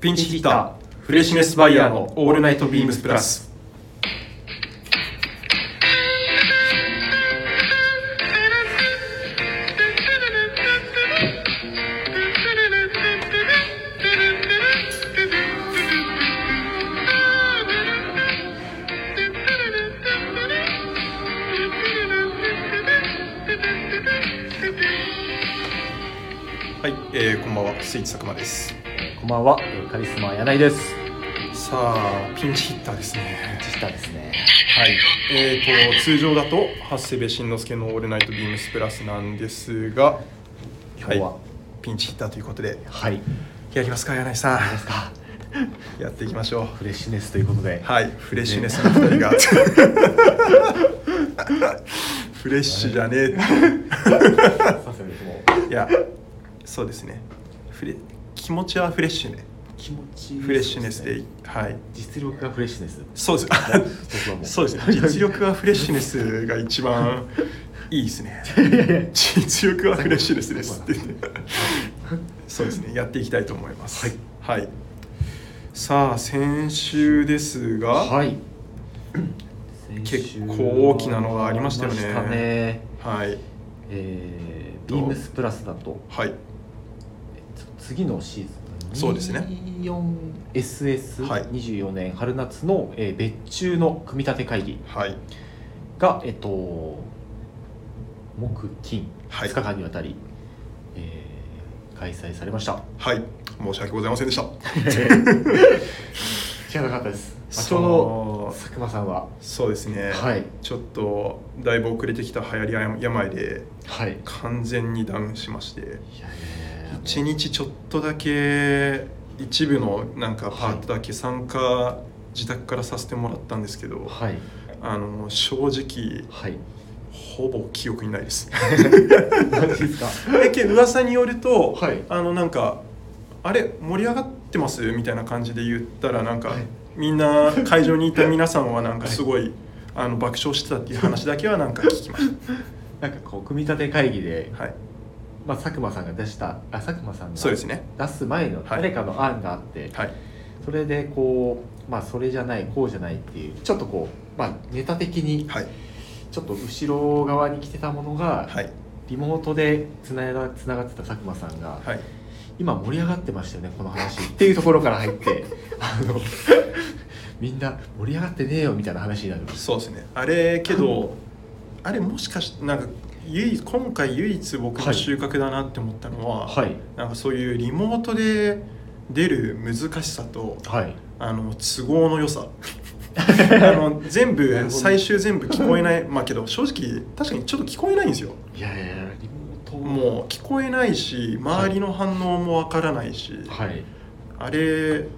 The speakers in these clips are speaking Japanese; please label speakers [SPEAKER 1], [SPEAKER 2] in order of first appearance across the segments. [SPEAKER 1] ピンチヒッター、フレッシュネスバイヤーのオールナイトビームスプラス。はい、えー、こんばんは、スイーツ佐久間です。
[SPEAKER 2] こんばんは、えーカリスマ柳井です。
[SPEAKER 1] さあ、ピンチヒッターですね。
[SPEAKER 2] ジスタですね。
[SPEAKER 1] はい、えー、と通常だと長谷部慎之介の「オールナイトビームスプラス」なんですが
[SPEAKER 2] 今日は
[SPEAKER 1] ピンチヒッターということで
[SPEAKER 2] はい。
[SPEAKER 1] やりますか柳井さ
[SPEAKER 2] ですか。
[SPEAKER 1] んやっていきましょ
[SPEAKER 2] フレッシュネスということで。
[SPEAKER 1] うはいフレッシュネスの2人がフレッシュじゃねえ
[SPEAKER 2] そうですねもう
[SPEAKER 1] っていやそうですねフレ気持ちはフレッシュね
[SPEAKER 2] 気持ちいい
[SPEAKER 1] フレッシュネス
[SPEAKER 2] そう
[SPEAKER 1] です
[SPEAKER 2] ね
[SPEAKER 1] はい
[SPEAKER 2] 実力がフレッシュネス。
[SPEAKER 1] そうです
[SPEAKER 2] 僕はもう
[SPEAKER 1] そうですね実力はフレッシュネスが一番いいですね
[SPEAKER 2] いやいや。
[SPEAKER 1] 実力はフレッシュレス ですってねそうですねやっていきたいと思いますはい、さあ先週ですが、
[SPEAKER 2] はい。
[SPEAKER 1] 結構大きなのがありましたよね
[SPEAKER 2] ありましたね
[SPEAKER 1] はい
[SPEAKER 2] えー、ビームスプラスだと
[SPEAKER 1] はい
[SPEAKER 2] 次のシーズン
[SPEAKER 1] そうですね
[SPEAKER 2] 24SS24、
[SPEAKER 1] はい
[SPEAKER 2] 24年春夏の、えー別注の組み立て会議
[SPEAKER 1] はい
[SPEAKER 2] が、えっと、木金
[SPEAKER 1] はい
[SPEAKER 2] 2日間にわたり、えー開催されました。
[SPEAKER 1] はい申し訳ございませんでした
[SPEAKER 2] 知らなかったです。まあち
[SPEAKER 1] そ
[SPEAKER 2] ょ
[SPEAKER 1] う
[SPEAKER 2] うど佐久間さんは、
[SPEAKER 1] そうですね、
[SPEAKER 2] はい
[SPEAKER 1] ちょっとだいぶ遅れてきた流行り病病で
[SPEAKER 2] はい。いや
[SPEAKER 1] 完全にダウンしまして
[SPEAKER 2] いやいや
[SPEAKER 1] 1日ちょっとだけ一部のなんかパートだけ参加自宅からさせてもらったんですけど、
[SPEAKER 2] はい
[SPEAKER 1] あの正直
[SPEAKER 2] はい。
[SPEAKER 1] ほぼ記憶にないです
[SPEAKER 2] 何ですか。
[SPEAKER 1] えけ噂によると、
[SPEAKER 2] はい
[SPEAKER 1] あのなんかあれ盛り上がってますみたいな感じで言ったらなんか、
[SPEAKER 2] はい
[SPEAKER 1] みんな会場にい た皆さんはなんか
[SPEAKER 2] はい
[SPEAKER 1] すごい、あの爆笑してたっていう話だけはなんか聞きまし
[SPEAKER 2] なんかこう組み立て会議で、
[SPEAKER 1] たはい
[SPEAKER 2] まあ佐久間さんが出したあ佐久間さんが
[SPEAKER 1] そうですね
[SPEAKER 2] 出す前の誰かの案があって、
[SPEAKER 1] はい
[SPEAKER 2] それでこうまあそれじゃないこうじゃないっていうちょっとこうまあネタ的に
[SPEAKER 1] はい
[SPEAKER 2] ちょっと後ろ側に来てたものが、
[SPEAKER 1] はい
[SPEAKER 2] リモートでつながつながってた佐久間さんが、
[SPEAKER 1] はい
[SPEAKER 2] 今盛り上がってましたよねこの話 っていうところから入って あのみんな盛り上がってねえよみたいな話になります
[SPEAKER 1] そうですねあれけどあれもしかしてなんか唯一今回唯一僕の収穫だなって思ったのは、
[SPEAKER 2] はい
[SPEAKER 1] なんかそういうリモートで出る難しさと
[SPEAKER 2] はい
[SPEAKER 1] あの都合の良 さあの全
[SPEAKER 2] なる
[SPEAKER 1] 部
[SPEAKER 2] ほど
[SPEAKER 1] 最終全部聞こえないまあけど正直確かにちょっと聞こえないんですよ
[SPEAKER 2] いやいやいやリモート
[SPEAKER 1] もう聞こえないし周りの反応もわからないし、
[SPEAKER 2] はい
[SPEAKER 1] あれ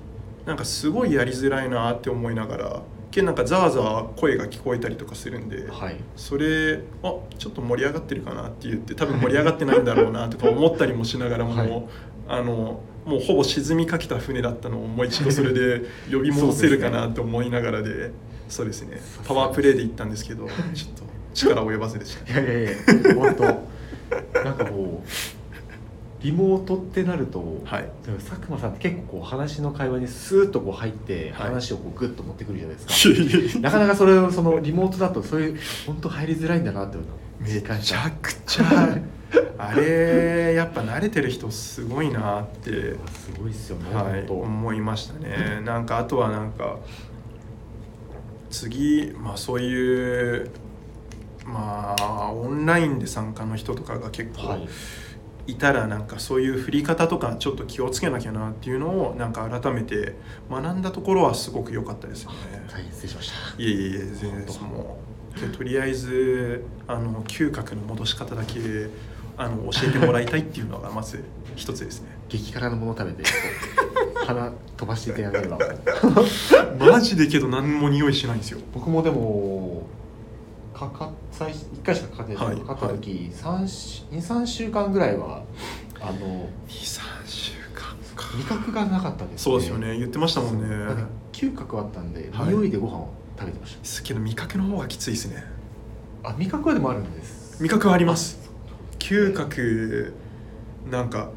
[SPEAKER 1] なんかすごいやりづらいなって思いながらけどなんかざわざわ声が聞こえたりとかするんで、
[SPEAKER 2] はい
[SPEAKER 1] それあちょっと盛り上がってるかなって言って多分盛り上がってないんだろうなとか思ったりもしながらも、
[SPEAKER 2] はい
[SPEAKER 1] あのもうほぼ沈みかけた船だったのをもう一度それで 呼び戻せるかなと思いながらでそうですねパワープレイで行ったんですけどちょっと力及ばずでした
[SPEAKER 2] いやいやいや本当なんかこうリモートってなると、
[SPEAKER 1] はい
[SPEAKER 2] でも佐久間さんって結構こう話の会話にスーッとこう入って、
[SPEAKER 1] はい
[SPEAKER 2] 話をこうグッと持ってくるじゃないですか なかなかそれをそのリモートだとそういう本当入りづらいんだなって思うの
[SPEAKER 1] めち
[SPEAKER 2] ま
[SPEAKER 1] ゃくちゃあれやっぱ慣れてる人すごいなって
[SPEAKER 2] あすごいっすよね、
[SPEAKER 1] はい、
[SPEAKER 2] 本
[SPEAKER 1] 思いましたね。なんかあとはなんか次、まあ、そういう、まあ、オンラインで参加の人とかが結
[SPEAKER 2] 当は
[SPEAKER 1] 構
[SPEAKER 2] い
[SPEAKER 1] いたらなんかそういう振り方とかちょっと気をつけなきゃなっていうのをなんか改めて学んだところはすごく良かったですよね。
[SPEAKER 2] 大変失礼しました
[SPEAKER 1] いえいえいえ全然ですもうでとりあえずあの嗅覚の戻し方だけあの教えてもらいたいっていうのがまず一つですね。
[SPEAKER 2] 激辛のもの食べてこう鼻飛ばしていただければ
[SPEAKER 1] マジでけど何も匂いしないんですよ。
[SPEAKER 2] 僕もでもかか最初1回しかかかってないですけど
[SPEAKER 1] はい
[SPEAKER 2] かかった時、三23週間ぐらいはあの
[SPEAKER 1] 23週間か
[SPEAKER 2] 味覚がなかったです、ね、
[SPEAKER 1] そうですよね言ってましたもん
[SPEAKER 2] なん
[SPEAKER 1] ね
[SPEAKER 2] か嗅覚あったんで、
[SPEAKER 1] はい
[SPEAKER 2] 匂いでご飯を食べてまし
[SPEAKER 1] すけど味覚の方はきついですね
[SPEAKER 2] たあ味覚はでもあるんです
[SPEAKER 1] 味覚はあります嗅覚なんか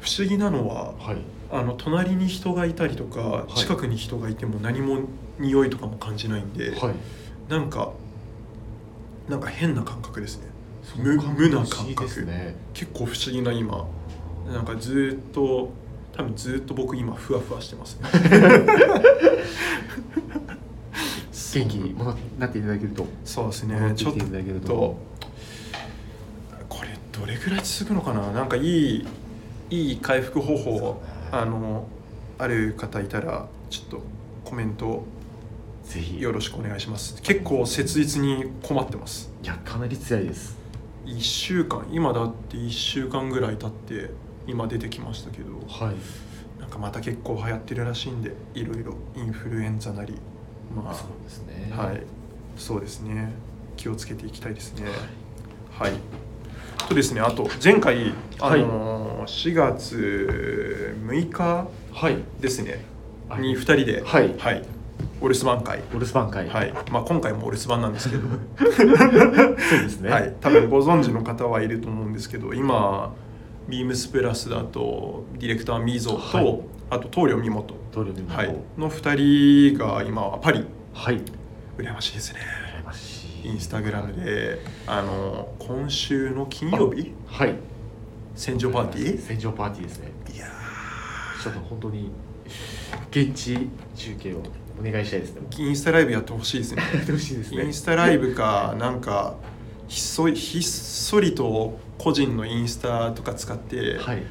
[SPEAKER 1] 不思議なのは
[SPEAKER 2] はい
[SPEAKER 1] あの隣に人がいたりとか、
[SPEAKER 2] い
[SPEAKER 1] 近くに人がいても何も匂いとかも感じないんで、
[SPEAKER 2] はい
[SPEAKER 1] なんかなんか変な感覚ですね
[SPEAKER 2] そ
[SPEAKER 1] 無
[SPEAKER 2] の感覚
[SPEAKER 1] 無な感
[SPEAKER 2] 不思議
[SPEAKER 1] 覚
[SPEAKER 2] ですね
[SPEAKER 1] 結構不思議な今なんかずっと多分ずっと僕今ふわふわしてますね
[SPEAKER 2] 元気に戻ってなっていただけると
[SPEAKER 1] そうです
[SPEAKER 2] 戻
[SPEAKER 1] ね
[SPEAKER 2] って
[SPEAKER 1] ちょ
[SPEAKER 2] き
[SPEAKER 1] って
[SPEAKER 2] いただける
[SPEAKER 1] と
[SPEAKER 2] と
[SPEAKER 1] これどれくらい続くのかななんかいいいい回復方法あのある方いたらちょっとコメント
[SPEAKER 2] ぜひ
[SPEAKER 1] よろしくお願いします結構切実に困ってます
[SPEAKER 2] いやかなり辛いです
[SPEAKER 1] 1週間今だって1週間ぐらい経って今出てきましたけど
[SPEAKER 2] はい
[SPEAKER 1] なんかまた結構流行ってるらしいんでいろいろインフルエンザなりまあ
[SPEAKER 2] そうですね
[SPEAKER 1] はいそうですね気をつけていきたいですねはいとですねあと前回あのー4月6日
[SPEAKER 2] はい
[SPEAKER 1] ですね
[SPEAKER 2] あ
[SPEAKER 1] に2人では
[SPEAKER 2] はい
[SPEAKER 1] はい、お留守番会
[SPEAKER 2] お留守番会
[SPEAKER 1] はいまあ今回もお留守番なんですけど
[SPEAKER 2] そうですね
[SPEAKER 1] はい、多分ご存知の方はいると思うんですけど今ビームスプラスだとディレクターミーゾーと、
[SPEAKER 2] はい
[SPEAKER 1] あと棟梁ミモト、
[SPEAKER 2] 棟梁美
[SPEAKER 1] は
[SPEAKER 2] 奈
[SPEAKER 1] い
[SPEAKER 2] 子、
[SPEAKER 1] の2人が今はパリ
[SPEAKER 2] はい
[SPEAKER 1] 羨ましいですね
[SPEAKER 2] 羨ましい
[SPEAKER 1] インスタグラムであの今週の金曜日
[SPEAKER 2] はい
[SPEAKER 1] 戦場パーティ
[SPEAKER 2] 戦場パーティーですね
[SPEAKER 1] ーいや
[SPEAKER 2] ちょっと本当に現地中継をお願いしたいですね
[SPEAKER 1] ーインスタライブやってほしいですね
[SPEAKER 2] やってほしいです
[SPEAKER 1] イ
[SPEAKER 2] ね
[SPEAKER 1] ンスタライブかなんかひっそりひっそりと個人のインスタとか使って、
[SPEAKER 2] はい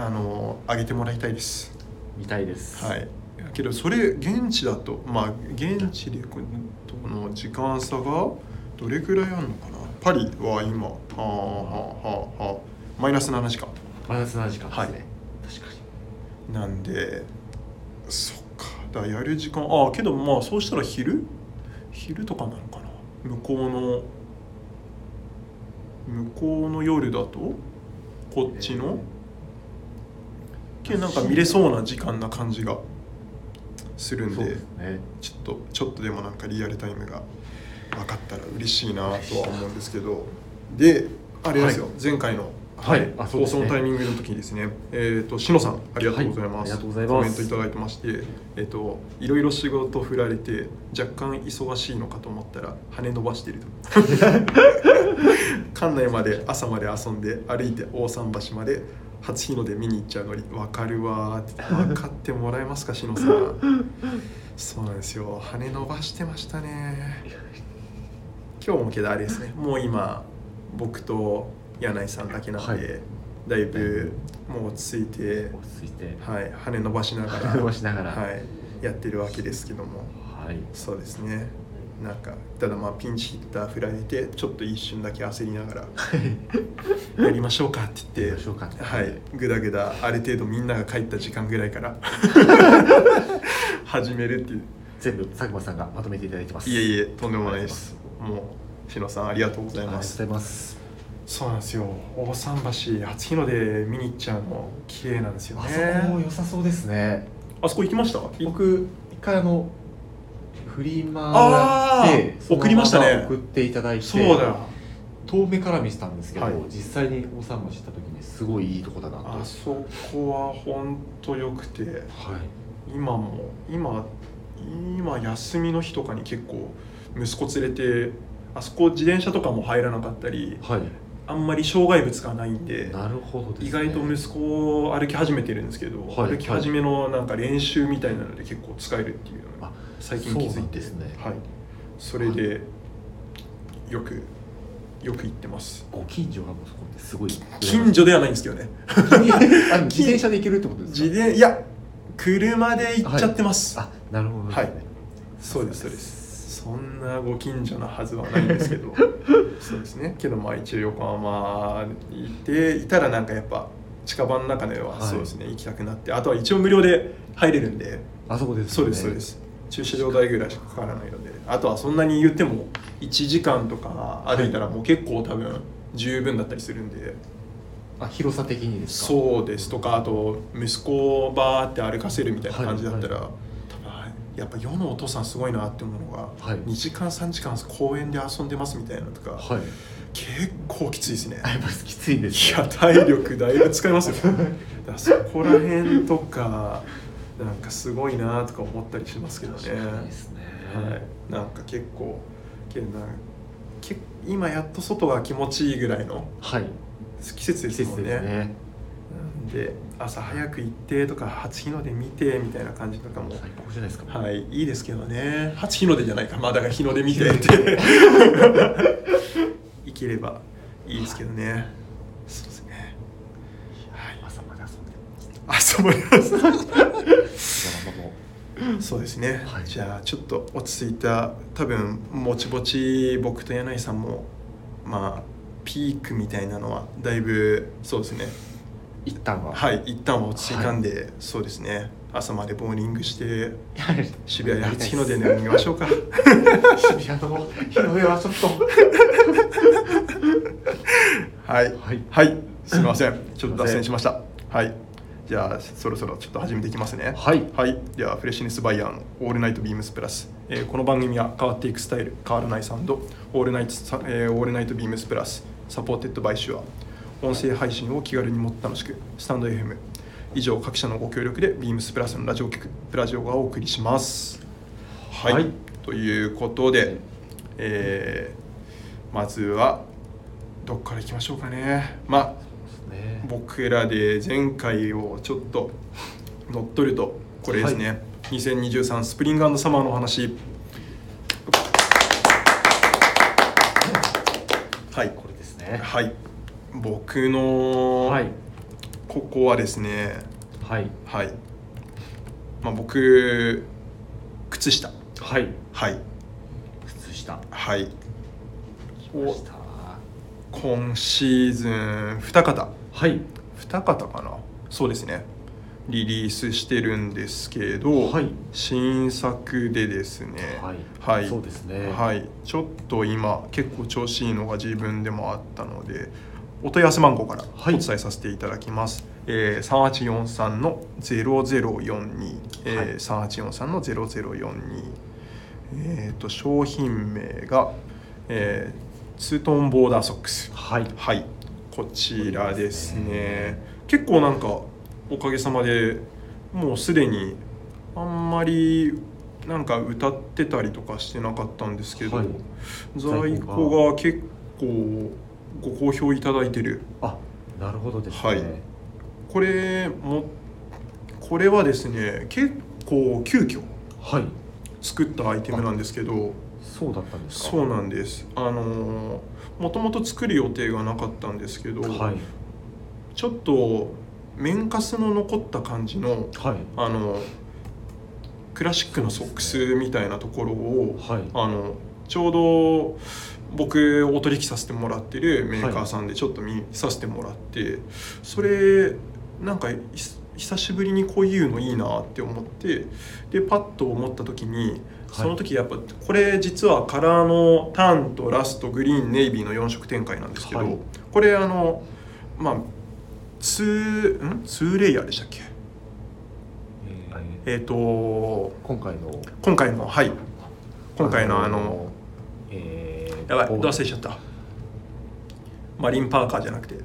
[SPEAKER 1] あの上げてもらいたいです
[SPEAKER 2] 見たいです
[SPEAKER 1] はい。けどそれ現地だとまあ現地でこの時間差がどれくらいあるのかなパリは今はあはあはあマイナス7時間
[SPEAKER 2] 真夏の時間ですね、
[SPEAKER 1] は
[SPEAKER 2] 確かに
[SPEAKER 1] なんでそっかだからやる時間ああけどまあそうしたら昼昼とかなのかな向こうの向こうの夜だとこっちの、けどなんか見れそうな時間な感じがするん
[SPEAKER 2] そう
[SPEAKER 1] で
[SPEAKER 2] ですね
[SPEAKER 1] ちょっとちょっとでもなんかリアルタイムが分かったら嬉しいなとは思うんですけどであれですよ、
[SPEAKER 2] はい
[SPEAKER 1] 前回の、
[SPEAKER 2] はいあそう
[SPEAKER 1] 放
[SPEAKER 2] です
[SPEAKER 1] 送
[SPEAKER 2] ね
[SPEAKER 1] のタイミングの時にですねえっ、としのさんありがとうございます、
[SPEAKER 2] はいありがとうございます
[SPEAKER 1] コメントいただいてましてえっ、といろいろ仕事振られて若干忙しいのかと思ったら羽伸ばしてると 館内まで朝まで遊んで歩いて大桟橋まで初日の出見に行っちゃうのに分かるわーって分かってもらえますかしのさんそうなんですよ羽伸ばしてましたね今日もけどあれですねもう今僕と柳井さんだけなんで、
[SPEAKER 2] はい
[SPEAKER 1] だいぶもう落ち着いて、
[SPEAKER 2] 落ち着いて
[SPEAKER 1] はい、羽伸ばしながら
[SPEAKER 2] 伸ばしながら
[SPEAKER 1] はい、やってるわけですけども
[SPEAKER 2] はい
[SPEAKER 1] そうですねなんかただまあピンチヒッター振られてちょっと一瞬だけ焦りなが らやりましょうかって言って
[SPEAKER 2] やりましょうかって
[SPEAKER 1] はいグダグダある程度みんなが帰った時間ぐらい から始めるっていう
[SPEAKER 2] 全部佐久間さんがまとめていただいてます
[SPEAKER 1] いえ
[SPEAKER 2] え
[SPEAKER 1] いえ、とんでもないです。もう、しのさん、ありがとうござ
[SPEAKER 2] あ
[SPEAKER 1] い
[SPEAKER 2] り
[SPEAKER 1] ま
[SPEAKER 2] がとうご
[SPEAKER 1] す
[SPEAKER 2] ざ。います
[SPEAKER 1] そうなんですよ。大桟橋、初日の出見に行っちゃうの、綺麗なんですよ
[SPEAKER 2] あ
[SPEAKER 1] ね。
[SPEAKER 2] そこ良さそうですね
[SPEAKER 1] あそこ行きました。
[SPEAKER 2] 僕一回あのフリマ
[SPEAKER 1] あー
[SPEAKER 2] でそのまま
[SPEAKER 1] 送りましたね
[SPEAKER 2] 送っていただいて
[SPEAKER 1] そうだ。
[SPEAKER 2] 遠目から見てたんですけど、
[SPEAKER 1] はい
[SPEAKER 2] 実際に大桟橋行った時にすごいいいとこだなと
[SPEAKER 1] あそこは本当良くて、
[SPEAKER 2] はい
[SPEAKER 1] 今も、今。今休みの日とかに結構、息子連れて。あそこ自転車とかも入らなかったり、
[SPEAKER 2] はい
[SPEAKER 1] あんまり障害物がないんで。
[SPEAKER 2] なるほどです、ね、
[SPEAKER 1] 意外と息子を歩き始めてるんですけど、
[SPEAKER 2] はい
[SPEAKER 1] 歩き始めのなんか練習みたいなので結構使えるっていうのが
[SPEAKER 2] あ
[SPEAKER 1] 最近気
[SPEAKER 2] そう
[SPEAKER 1] づ
[SPEAKER 2] ないん
[SPEAKER 1] て
[SPEAKER 2] ですね
[SPEAKER 1] はい、それでよくよく行ってます
[SPEAKER 2] ご近所がもうそこってす ごい
[SPEAKER 1] 近所ではないんですけどね
[SPEAKER 2] あの自転車で行けるってことです
[SPEAKER 1] 自
[SPEAKER 2] か
[SPEAKER 1] 転いや車で行っちゃってます、
[SPEAKER 2] あなるほどですね、
[SPEAKER 1] はいそうですそうですそんなご近所なはずはないんですけ どそうですねけどまあ一応横浜にいていたらなんかやっぱ近場の中では
[SPEAKER 2] はい
[SPEAKER 1] そうですね、行きたくなってあとは一応無料で入れるんで
[SPEAKER 2] あそこです
[SPEAKER 1] そうですそうです駐車場代ぐらいしかかからないのであとはそんなに言っても1時間とか歩いたらもう結構多分十分だったりするんで
[SPEAKER 2] あ広さ的にですかう
[SPEAKER 1] そうですとかあと息子をバーって歩かせるみたいな感じだったら、
[SPEAKER 2] は
[SPEAKER 1] 多
[SPEAKER 2] い
[SPEAKER 1] 分やっぱ世のお父さんすごいなって思うのが、
[SPEAKER 2] はい
[SPEAKER 1] 2時間3時間公園で遊んでますみたいなのとか、
[SPEAKER 2] はい
[SPEAKER 1] 結構きついですね
[SPEAKER 2] あやっぱりきついんです
[SPEAKER 1] い
[SPEAKER 2] ね
[SPEAKER 1] や体力だいぶ使いますよだからそこら辺とかなんかすごいなとか思ったりしますけどね。
[SPEAKER 2] 確かにですね
[SPEAKER 1] はい、なんか結構けどなけ今やっと外が気持ちいいぐらいの
[SPEAKER 2] はい、
[SPEAKER 1] 季節で
[SPEAKER 2] 季
[SPEAKER 1] すも
[SPEAKER 2] 節
[SPEAKER 1] ん
[SPEAKER 2] です
[SPEAKER 1] ね。
[SPEAKER 2] ね
[SPEAKER 1] なんで朝早く行ってとか初日の出見てみたいな感じとかも。
[SPEAKER 2] 最高じゃないですか、
[SPEAKER 1] はい、いいですけどね初日の出じゃないかまあだから日の出見てって いければいいですけどね、そうですねはい
[SPEAKER 2] 朝まで遊んで
[SPEAKER 1] あそう思います
[SPEAKER 2] そのままも
[SPEAKER 1] そうですね、
[SPEAKER 2] はい
[SPEAKER 1] じゃあちょっと落ち着いた多分もちぼち僕と柳井さんもまあピークみたいなのはだいぶそうですね
[SPEAKER 2] 一旦は
[SPEAKER 1] はい一旦は落ち着いたんで、そうですね朝までボーリングして
[SPEAKER 2] はい
[SPEAKER 1] 渋谷で初日の出に見ましょうか
[SPEAKER 2] 渋谷の日の出はちょっと
[SPEAKER 1] はい
[SPEAKER 2] はい
[SPEAKER 1] はいすみませんちょっと脱線
[SPEAKER 2] す
[SPEAKER 1] し
[SPEAKER 2] い
[SPEAKER 1] ましたはいじゃあそろそろちょっと始めていきますね
[SPEAKER 2] はい
[SPEAKER 1] はい、ではフレッシュネスバイヤーの「オールナイトビームスプラス」えーこの番組は変わっていくスタイル変わらないサウンド「オールナイトサ、えーオールナイトビームスプラス」サポーテッドバイシュア音声配信を気軽にもっと楽しくスタンド FM 以上各社のご協力でビームスプラスのラジオ局プラジオがお送りしますはい、
[SPEAKER 2] はい
[SPEAKER 1] ということで、えーまずはどっからいきましょうかねまあ
[SPEAKER 2] ね
[SPEAKER 1] 僕らで前回をちょっと乗っ取るとこれですね、
[SPEAKER 2] は
[SPEAKER 1] 2023スプリングサマーのお話はい
[SPEAKER 2] これですね
[SPEAKER 1] はい僕の、
[SPEAKER 2] はい
[SPEAKER 1] ここはですね
[SPEAKER 2] はい
[SPEAKER 1] はいまあ僕靴下
[SPEAKER 2] はい
[SPEAKER 1] はい
[SPEAKER 2] 靴下
[SPEAKER 1] はい
[SPEAKER 2] 来ました
[SPEAKER 1] 今シーズン二方
[SPEAKER 2] はい
[SPEAKER 1] 二方かなそうですねリリースしてるんですけど、
[SPEAKER 2] はい
[SPEAKER 1] 新作でですね
[SPEAKER 2] はい
[SPEAKER 1] はい
[SPEAKER 2] そうですね
[SPEAKER 1] はい、ちょっと今結構調子いいのが自分でもあったのでお問い合わせ番号からお
[SPEAKER 2] はい
[SPEAKER 1] 伝えさせていただきます、えー、3843の0042、えー
[SPEAKER 2] はい
[SPEAKER 1] 3843の0042えー、と商品名が、えーツートンボーダーソックス
[SPEAKER 2] はい
[SPEAKER 1] はい、こちらです
[SPEAKER 2] これです
[SPEAKER 1] ね。結構なんかおかげさまでもうすでにあんまりなんか歌ってたりとかしてなかったんですけど、
[SPEAKER 2] はい
[SPEAKER 1] 在庫が結構ご好評いただいてる。
[SPEAKER 2] あなるほどですね
[SPEAKER 1] はいこれもこれはですね結構急遽
[SPEAKER 2] はい
[SPEAKER 1] 作ったアイテムなんですけど。
[SPEAKER 2] そうだったんですか
[SPEAKER 1] そうなんですあのもともと作る予定がなかったんですけど、
[SPEAKER 2] はい
[SPEAKER 1] ちょっと綿カスの残った感じの
[SPEAKER 2] はい
[SPEAKER 1] あのクラシックのソックスみたいなところを
[SPEAKER 2] はい
[SPEAKER 1] あのちょうど僕お取引させてもらってるメーカーさんでちょっと見させてもらって、それなんかい久しぶりにこういうのいいなって思ってでパッと思った時にその時やっぱこれ実はカラーのターンとラストグリーンネイビーの4色展開なんですけど、
[SPEAKER 2] はい
[SPEAKER 1] これあのまあ2ん2レイヤーでしたっけ
[SPEAKER 2] えー
[SPEAKER 1] えっ、と
[SPEAKER 2] 今回の
[SPEAKER 1] 今回のはい今回のあの
[SPEAKER 2] えー
[SPEAKER 1] やばい、
[SPEAKER 2] ボ
[SPEAKER 1] どう
[SPEAKER 2] ー
[SPEAKER 1] 忘れちゃった。マリンパーカーじゃなくて、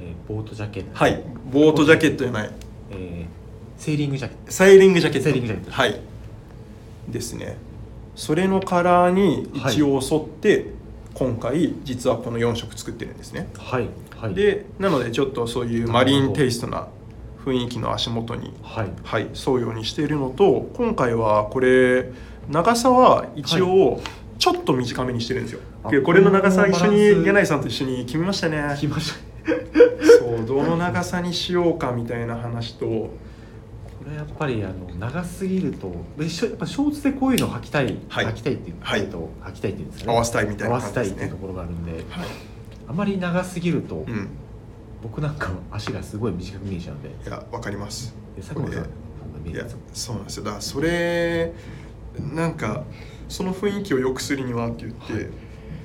[SPEAKER 2] えーボートジャケット
[SPEAKER 1] はい、ボートジャケットじゃない、
[SPEAKER 2] えーセーリングジャケット
[SPEAKER 1] サイリングジャケット。
[SPEAKER 2] サイリングジャケット
[SPEAKER 1] はい。ですね。それのカラーに一応沿って、今回実はこの4色作ってるんですね。
[SPEAKER 2] はいはい
[SPEAKER 1] で、なのでちょっとそういうマリンテイストな雰囲気の足元に、
[SPEAKER 2] はい
[SPEAKER 1] はい、沿うようにしているのと、今回はこれ長さは一応ちょっと短めにしてるんですよ。
[SPEAKER 2] あ
[SPEAKER 1] でこれの長さ一緒
[SPEAKER 2] このバラン
[SPEAKER 1] に
[SPEAKER 2] ス
[SPEAKER 1] 柳井さんと一緒に決めましたね。
[SPEAKER 2] 聞きました
[SPEAKER 1] そうどの長さにしようかみたいな話と
[SPEAKER 2] これやっぱりあの長すぎると一緒やっぱショーツでこういうの履きたい、
[SPEAKER 1] はい
[SPEAKER 2] 履きたいっていう、
[SPEAKER 1] はい
[SPEAKER 2] えっと履きたいっていうんですか
[SPEAKER 1] 合
[SPEAKER 2] ね
[SPEAKER 1] わせたいみたい
[SPEAKER 2] 合
[SPEAKER 1] な
[SPEAKER 2] わせた
[SPEAKER 1] 感
[SPEAKER 2] い
[SPEAKER 1] じ
[SPEAKER 2] っ
[SPEAKER 1] で
[SPEAKER 2] ていう
[SPEAKER 1] す
[SPEAKER 2] と
[SPEAKER 1] ね。
[SPEAKER 2] ころがあるんで、
[SPEAKER 1] はい、
[SPEAKER 2] あまり長すぎると、
[SPEAKER 1] うん、
[SPEAKER 2] 僕なんかは足がすごい短く見えちゃうんで
[SPEAKER 1] いやわかります。
[SPEAKER 2] で佐久間さん
[SPEAKER 1] こ
[SPEAKER 2] そんない見え
[SPEAKER 1] や
[SPEAKER 2] ます
[SPEAKER 1] そうなんですよだからそれなんかその雰囲気を良くするにはって言って、
[SPEAKER 2] はい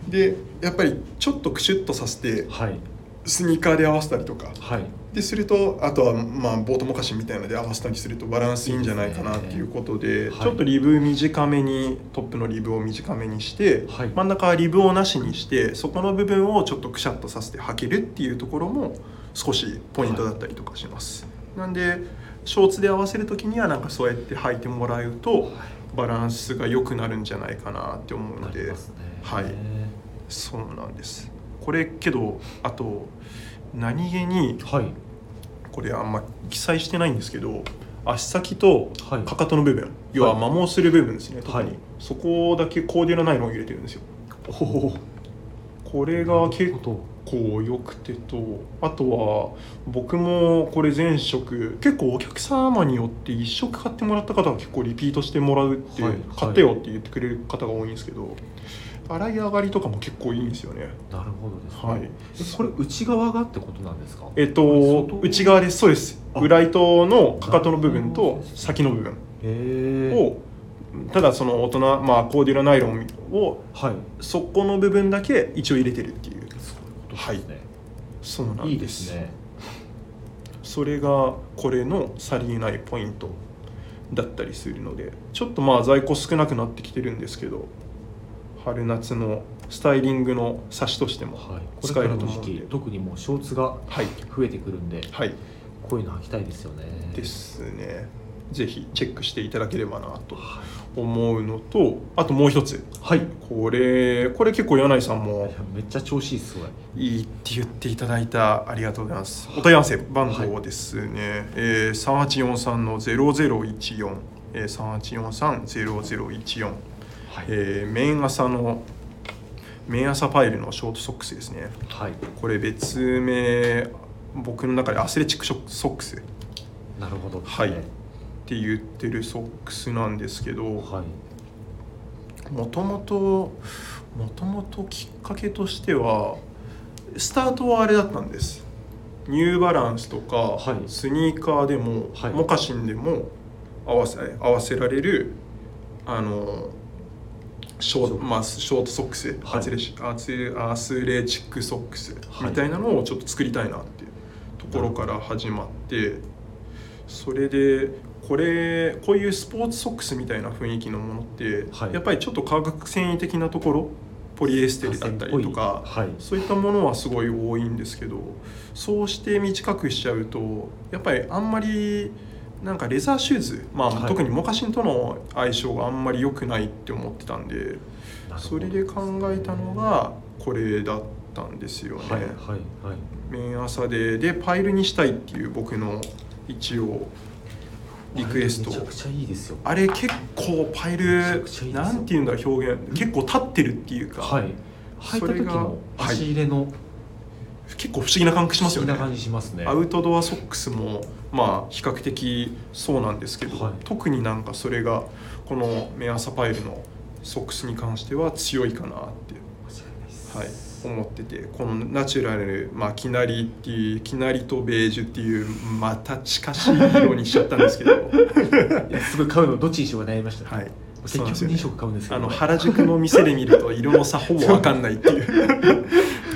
[SPEAKER 1] でやっぱりちょっとクシュッとさせて
[SPEAKER 2] はい
[SPEAKER 1] スニーカーで合わせたりとか
[SPEAKER 2] はい
[SPEAKER 1] でするとあとはまあボートモカシンみたいので合わせたりするとバランスいいんじゃないかなっていうことで
[SPEAKER 2] いいですねはい
[SPEAKER 1] ちょっとリブ短めにトップのリブを短めにして、
[SPEAKER 2] はい
[SPEAKER 1] 真ん中はリブをなしにしてそこの部分をちょっとくしゃっとさせて履けるっていうところも少しポイントだったりとかします。なんでショーツで合わせる時にはなんかそうやって履いてもらうとバランスが良くなるんじゃないかなって思うの
[SPEAKER 2] なり
[SPEAKER 1] で
[SPEAKER 2] ますね
[SPEAKER 1] はいそうなんですこれけどあと何気に
[SPEAKER 2] はい
[SPEAKER 1] これあんま記載してないんですけど足先と
[SPEAKER 2] はい
[SPEAKER 1] かかとの部分、要は
[SPEAKER 2] はい
[SPEAKER 1] 摩耗する部分ですね、特に
[SPEAKER 2] はい
[SPEAKER 1] そこだけコーデュラナイロンを入れてるんですよ
[SPEAKER 2] おお
[SPEAKER 1] これが結
[SPEAKER 2] 構
[SPEAKER 1] 構良くてとあとは僕もこれ前職結構お客様によって1色買ってもらった方は結構リピートしてもらうって、
[SPEAKER 2] はいはい
[SPEAKER 1] 買ってよって言ってくれる方が多いんですけど洗い上がりとかも結構いいんですよね
[SPEAKER 2] なるほどですね、
[SPEAKER 1] はい
[SPEAKER 2] えこれ内側がってことなんですか
[SPEAKER 1] えっ
[SPEAKER 2] こ
[SPEAKER 1] と
[SPEAKER 2] れ外
[SPEAKER 1] 内側ですそうです
[SPEAKER 2] あ
[SPEAKER 1] 裏糸のかかとの部分
[SPEAKER 2] なるほ
[SPEAKER 1] と
[SPEAKER 2] ど
[SPEAKER 1] 先の部分
[SPEAKER 2] へえ
[SPEAKER 1] をただその大人まあコーデュラナイロンを
[SPEAKER 2] はい
[SPEAKER 1] そこの部分だけ一応入れてるっていう
[SPEAKER 2] そういうこと
[SPEAKER 1] はい
[SPEAKER 2] ですね、
[SPEAKER 1] そうなんです
[SPEAKER 2] い、いですね
[SPEAKER 1] それがこれのさりげないポイントだったりするのでちょっとまあ在庫少なくなってきてるんですけど春夏のスタイリングの差しとしても
[SPEAKER 2] はいこれ
[SPEAKER 1] 使
[SPEAKER 2] か
[SPEAKER 1] え
[SPEAKER 2] ら
[SPEAKER 1] ると
[SPEAKER 2] の
[SPEAKER 1] 思うん
[SPEAKER 2] 時期
[SPEAKER 1] で
[SPEAKER 2] 特にもうショーツが
[SPEAKER 1] はい
[SPEAKER 2] 増えてくるんで
[SPEAKER 1] はい
[SPEAKER 2] こういうの履きたいですよね
[SPEAKER 1] ですねぜひチェックしていただければなと
[SPEAKER 2] は
[SPEAKER 1] 思うのとあともう一つ
[SPEAKER 2] い、はい
[SPEAKER 1] これこれ結構柳井さんも
[SPEAKER 2] いやめっちゃ調子いいっすこれ
[SPEAKER 1] いいって言っていただいたありがとうございますお問い合わせ番号ですね、えー、3843の0014、えー、3843-0014、
[SPEAKER 2] はい、
[SPEAKER 1] えー、メン朝のメン朝ファイルのショートソックスですね
[SPEAKER 2] はい、
[SPEAKER 1] これ別名僕の中でアスレチックショソックスっ
[SPEAKER 2] なるほどですね
[SPEAKER 1] はいて言ってるソックスなんですけど、
[SPEAKER 2] はい
[SPEAKER 1] もともともともときっかけとしてはスタートはあれだったんですニューバランスとか、
[SPEAKER 2] はい
[SPEAKER 1] スニーカーでも、
[SPEAKER 2] はい
[SPEAKER 1] モカシンでも合わせ合わせられるあのショートまあ、ショートソックス、
[SPEAKER 2] はい
[SPEAKER 1] アスレチアスアスレチックソックス
[SPEAKER 2] はい
[SPEAKER 1] みたいなのをちょっと作りたいなっていうところから始まってそれでこれこういうスポーツソックスみたいな雰囲気のものって、
[SPEAKER 2] はい
[SPEAKER 1] やっぱりちょっと化学繊維的なところポリエステルだったりとか、
[SPEAKER 2] はい
[SPEAKER 1] そういったものはすごい多いんですけどそうして短くしちゃうとやっぱりあんまりなんかレザーシューズ、まあ
[SPEAKER 2] はい
[SPEAKER 1] 特にモカシンとの相性があんまり良くないって思ってたんで
[SPEAKER 2] なるほ
[SPEAKER 1] そ
[SPEAKER 2] ど
[SPEAKER 1] れで考えたのがこれだったんですよね。
[SPEAKER 2] はいはいはい
[SPEAKER 1] 麺朝ででパイルにしたいっていう僕の一応リクエスト
[SPEAKER 2] あれめちゃくちゃいいですよ
[SPEAKER 1] あれ結構パイ
[SPEAKER 2] めちゃ
[SPEAKER 1] ル
[SPEAKER 2] くちゃいいですよ
[SPEAKER 1] なんていうんだろう表現結構立ってるっていうか、
[SPEAKER 2] はい履い
[SPEAKER 1] そ
[SPEAKER 2] た
[SPEAKER 1] れ
[SPEAKER 2] 時
[SPEAKER 1] が
[SPEAKER 2] の足入れの
[SPEAKER 1] 結構不思議な感覚し
[SPEAKER 2] 不
[SPEAKER 1] ま
[SPEAKER 2] 思
[SPEAKER 1] すよ
[SPEAKER 2] 議
[SPEAKER 1] ね
[SPEAKER 2] な感じしますね
[SPEAKER 1] アウトドアソックスもまあ比較的そうなんですけど、
[SPEAKER 2] はい
[SPEAKER 1] 特になんかそれがこのメアサパイルのソックスに関しては強いかなって
[SPEAKER 2] 間違いないっす
[SPEAKER 1] はい、思っててこのナチュラル、まあ、きなりっていうきなりとベージュっていうまた近しい色にしちゃったん ですけど
[SPEAKER 2] いやすごい買うのどっちにしようか悩みました、
[SPEAKER 1] はい
[SPEAKER 2] 結
[SPEAKER 1] そうなん
[SPEAKER 2] 局
[SPEAKER 1] ですよね
[SPEAKER 2] 2色買うんですけ
[SPEAKER 1] あ
[SPEAKER 2] ど
[SPEAKER 1] の原宿の店で見ると色の差ほぼ分かんないって いう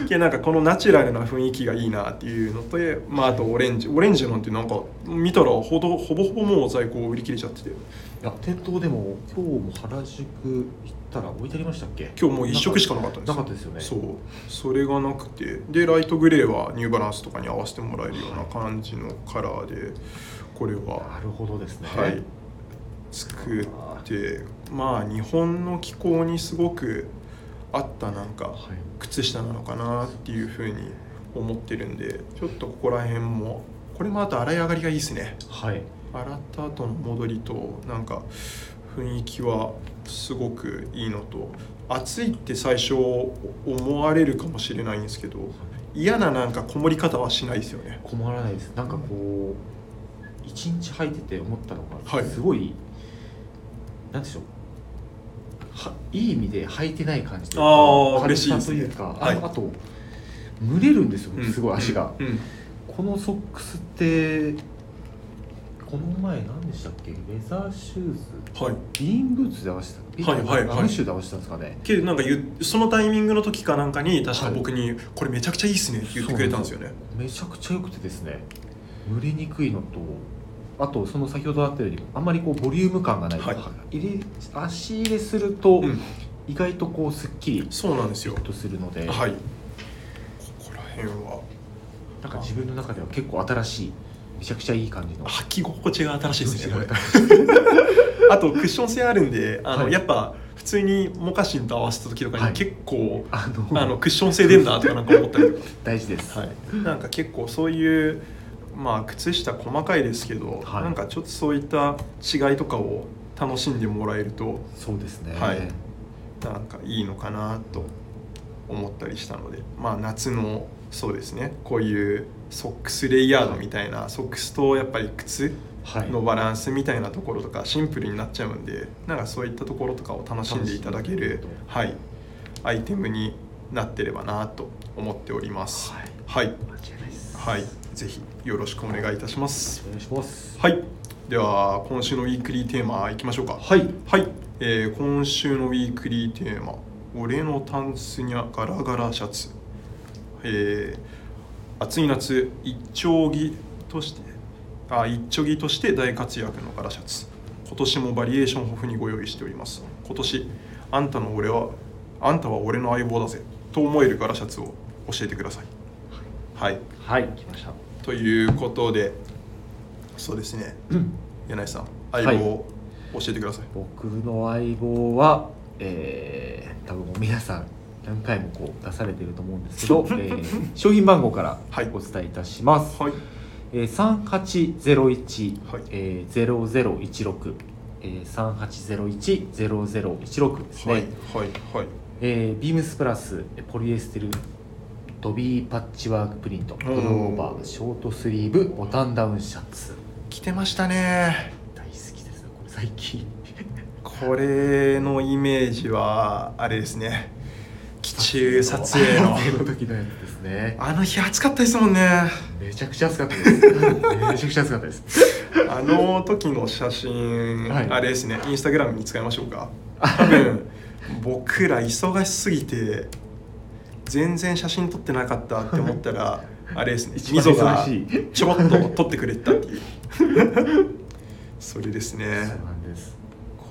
[SPEAKER 1] けどなんかこのナチュラルな雰囲気がいいなっていうのと、まあ、あとオレンジオレンジなんてなんか見たらほどほぼほぼもう在庫売り切れちゃってて
[SPEAKER 2] いや店頭でも今日も原宿行ったら置いてありましたっけ
[SPEAKER 1] 今日もう1色しかなかったんです
[SPEAKER 2] な
[SPEAKER 1] よ
[SPEAKER 2] かったですよね
[SPEAKER 1] そうそれがなくてでライトグレーはニューバランスとかに合わせてもらえるような感じのカラーでこれは
[SPEAKER 2] なるほどですね
[SPEAKER 1] はい作ってまあ日本の気候にすごく合ったなんか
[SPEAKER 2] はい
[SPEAKER 1] 靴下なのかなっていうふうに思ってるんでちょっとここら辺もこれもあと洗い上がりがいいですね
[SPEAKER 2] はい
[SPEAKER 1] 洗った後の戻りとなんか雰囲気はすごくいいのと暑いって最初思われるかもしれないんですけど嫌ななんかこもり方はしないですよね
[SPEAKER 2] 困らないですなんかこう一日履いてて思ったのが、
[SPEAKER 1] はい
[SPEAKER 2] すごいなんでしょうはいい意味で履いてない感じというか
[SPEAKER 1] あー
[SPEAKER 2] 軽さ
[SPEAKER 1] 嬉しいですね
[SPEAKER 2] というか、
[SPEAKER 1] はい
[SPEAKER 2] あのあと蒸れるんですよ、
[SPEAKER 1] うん
[SPEAKER 2] すごい足が、
[SPEAKER 1] うん
[SPEAKER 2] このソックスってこの前何でしたっけレザーシューズ
[SPEAKER 1] はい
[SPEAKER 2] ビーンブーツで合わせたビーン
[SPEAKER 1] はいはいはい
[SPEAKER 2] ラムシューで合わせたんですかね
[SPEAKER 1] けどなんか言うそのタイミングの時かなんかに確か
[SPEAKER 2] はい
[SPEAKER 1] 僕に「これめちゃくちゃいいっすね」って言ってくれたんですよね
[SPEAKER 2] めちゃくちゃ良くてですね蒸れにくいのとあとその先ほどあったようにあんまりこうボリューム感がない、
[SPEAKER 1] はい
[SPEAKER 2] 入れ足入れすると
[SPEAKER 1] うん
[SPEAKER 2] 意外とこうすっきり
[SPEAKER 1] そうなんですよ
[SPEAKER 2] とするので、
[SPEAKER 1] はいここら辺は
[SPEAKER 2] なんか自分の中では結構新しいめちゃくちゃいい感じの
[SPEAKER 1] 履き心地が新しいですねこれ
[SPEAKER 2] 気持ちが
[SPEAKER 1] あとクッション性あるんであの、
[SPEAKER 2] はい
[SPEAKER 1] やっぱ普通にモカシンと合わせた時とか
[SPEAKER 2] はい
[SPEAKER 1] に結構、
[SPEAKER 2] あ
[SPEAKER 1] あ
[SPEAKER 2] の
[SPEAKER 1] のクッション性出るなとかなんか思ったりと
[SPEAKER 2] 大事です、
[SPEAKER 1] か、はい、なんか結構そういうまあ靴下細かいですけど、
[SPEAKER 2] はい
[SPEAKER 1] なんかちょっとそういった違いとかを楽しんでもらえると
[SPEAKER 2] そうですね
[SPEAKER 1] はいなんかいいのかなと思ったりしたのでまあ夏のそうですねこういうソックスレイヤードみたいなソックスとやっぱり靴
[SPEAKER 2] はい
[SPEAKER 1] のバランスみたいなところとかシンプルになっちゃうんでなんかそういったところとかを楽しんでいただけ
[SPEAKER 2] 楽しんでい
[SPEAKER 1] る
[SPEAKER 2] ただける、
[SPEAKER 1] はい、アイテムになってればなと思っております。はい、
[SPEAKER 2] 間違いないです
[SPEAKER 1] はい、ぜひよろしくお願いいたします。
[SPEAKER 2] お願いします
[SPEAKER 1] はい、では今週のウィークリーテーマいきましょうか。
[SPEAKER 2] はい
[SPEAKER 1] はい、えー今週のウィークリーテーマ「俺のタンスにゃガラガラシャツ」えー暑い夏一丁着としてあ一丁着として大活躍のガラシャツ今年もバリエーション豊富にご用意しております今年あんたの俺はあんたは俺の相棒だぜと思えるガラシャツを教えてくださいはい
[SPEAKER 2] はい来ました
[SPEAKER 1] ということでそうですね柳井さん相棒を教えてください、
[SPEAKER 2] 僕の相棒は、えー、多分もう皆さん何回もこう出されてると思うんです けど、えー商品番号から
[SPEAKER 1] はい
[SPEAKER 2] お伝えいたします、
[SPEAKER 1] はい
[SPEAKER 2] えー、3801、
[SPEAKER 1] はい
[SPEAKER 2] えー、0016えー、3801-0016ですね、
[SPEAKER 1] はいはいはい
[SPEAKER 2] えービームスプラスえーポリエステルドビーパッチワークプリントプローバーショートスリーブボタンダウンシャツ
[SPEAKER 1] 来てましたね
[SPEAKER 2] 大好きですねこれ最 近
[SPEAKER 1] これのイメージはあれですね基中撮影の
[SPEAKER 2] 撮影 の時のやつですね
[SPEAKER 1] あの日暑かったですもんね
[SPEAKER 2] めちゃくちゃ暑かった です。めちゃくちゃ暑かったです。
[SPEAKER 1] あの時の写真、
[SPEAKER 2] はい
[SPEAKER 1] あれですねインスタグラムに使いましょうか多分僕ら忙しすぎて全然写真撮ってなかったって思ったらあれですね
[SPEAKER 2] 一番
[SPEAKER 1] 溝が
[SPEAKER 2] 忙しい
[SPEAKER 1] ちょろっと撮ってくれたっていう それです
[SPEAKER 2] そう
[SPEAKER 1] ね
[SPEAKER 2] なんです。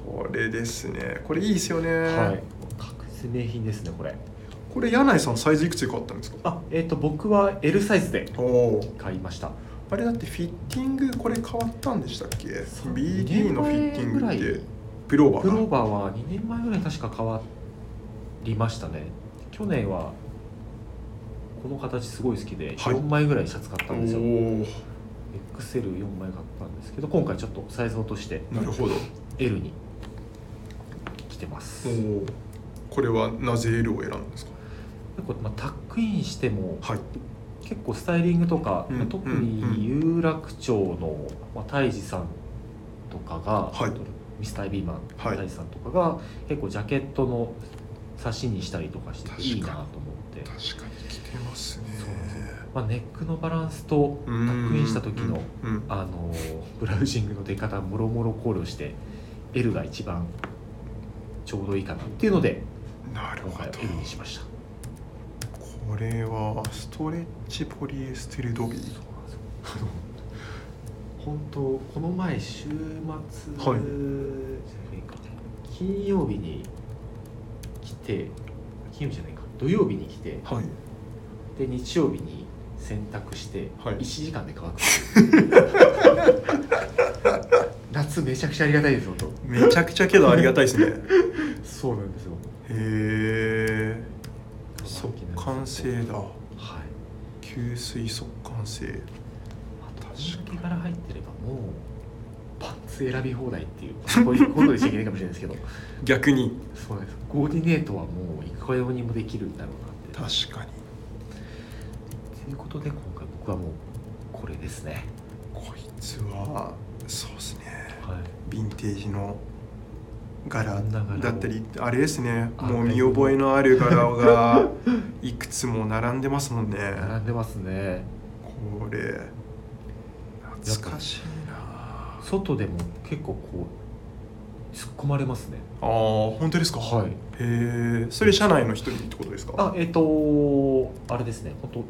[SPEAKER 1] これですねこれいいですよね、
[SPEAKER 2] はい。確実名品ですねこれ。
[SPEAKER 1] これ柳井さんサイズいくつ買ったんですか
[SPEAKER 2] あ、えっ、と僕は L サイズで
[SPEAKER 1] おおー
[SPEAKER 2] 買いました。
[SPEAKER 1] あれだってフィッティングこれ変わったんでしたっけ
[SPEAKER 2] そう
[SPEAKER 1] BD のフィッティングっ
[SPEAKER 2] 二年前ぐらい
[SPEAKER 1] てプローバ
[SPEAKER 2] プロ
[SPEAKER 1] ー
[SPEAKER 2] ー
[SPEAKER 1] か
[SPEAKER 2] バーは2年前ぐらい確か変わりましたね。去年はこの形すごい好きで
[SPEAKER 1] はい
[SPEAKER 2] 4枚ぐらいシャツ買った
[SPEAKER 1] お
[SPEAKER 2] んですよ。
[SPEAKER 1] お
[SPEAKER 2] XL4 枚買ったんですけど今回ちょっとサイズ落として
[SPEAKER 1] なるほど
[SPEAKER 2] L に来てます。
[SPEAKER 1] おおこれはなぜ L を選んだんですか
[SPEAKER 2] 結構まあタックインしても
[SPEAKER 1] はい
[SPEAKER 2] 結構スタイリングとか、
[SPEAKER 1] うん
[SPEAKER 2] 特
[SPEAKER 1] うん
[SPEAKER 2] に有楽町の、まあ、大治さんとかが、
[SPEAKER 1] はい
[SPEAKER 2] ミスタービーマン、
[SPEAKER 1] はい
[SPEAKER 2] 大治さんとかが結構ジャケットの差しにしたりとかして
[SPEAKER 1] 確かに
[SPEAKER 2] いいなと思って、
[SPEAKER 1] 確かに着てますね
[SPEAKER 2] そうなんですよまあ、ネックのバランスとタックインした時の、
[SPEAKER 1] うんうん
[SPEAKER 2] あのーブラウジングの出方もろもろ考慮して L が一番ちょうどいいかなっていうので
[SPEAKER 1] なる
[SPEAKER 2] 今
[SPEAKER 1] ほ
[SPEAKER 2] 回は
[SPEAKER 1] ど
[SPEAKER 2] L にしました。
[SPEAKER 1] これはストレッチポリエステルドビー
[SPEAKER 2] そうなんですよあの本当この前週末、
[SPEAKER 1] はい
[SPEAKER 2] 金曜日に来て金曜日じゃないか土曜日に来て
[SPEAKER 1] はい
[SPEAKER 2] で日曜日に洗濯して、
[SPEAKER 1] はい
[SPEAKER 2] 一1時間で乾く 夏めちゃくちゃありがたいです本当
[SPEAKER 1] めちゃくちゃけどありがたいですね へ
[SPEAKER 2] そうなんですよ
[SPEAKER 1] え速乾性だ
[SPEAKER 2] はい
[SPEAKER 1] 吸水速乾性
[SPEAKER 2] あと
[SPEAKER 1] 確かに
[SPEAKER 2] こんだけ柄入ってればもうパンツ選び放題っていうこういうことにしちゃいけないかもしれないですけど
[SPEAKER 1] 逆に
[SPEAKER 2] そうですコーディネートはもういかようにもできるんだろうなって
[SPEAKER 1] 確かに
[SPEAKER 2] ということで今回僕はもうこれですね
[SPEAKER 1] こいつはそうですね
[SPEAKER 2] はい
[SPEAKER 1] ヴィンテージの柄
[SPEAKER 2] 柄を
[SPEAKER 1] だったりあれですね
[SPEAKER 2] あ
[SPEAKER 1] もう見覚えのある柄がいくつも並んでます もんね
[SPEAKER 2] 並んでますね
[SPEAKER 1] これ懐かしいなあ
[SPEAKER 2] 外でも結構こう突っ込まれますね
[SPEAKER 1] あー本当ですか
[SPEAKER 2] は
[SPEAKER 1] へ
[SPEAKER 2] い
[SPEAKER 1] えそれ社内の人にってことですか
[SPEAKER 2] あえっ、とあれですね本当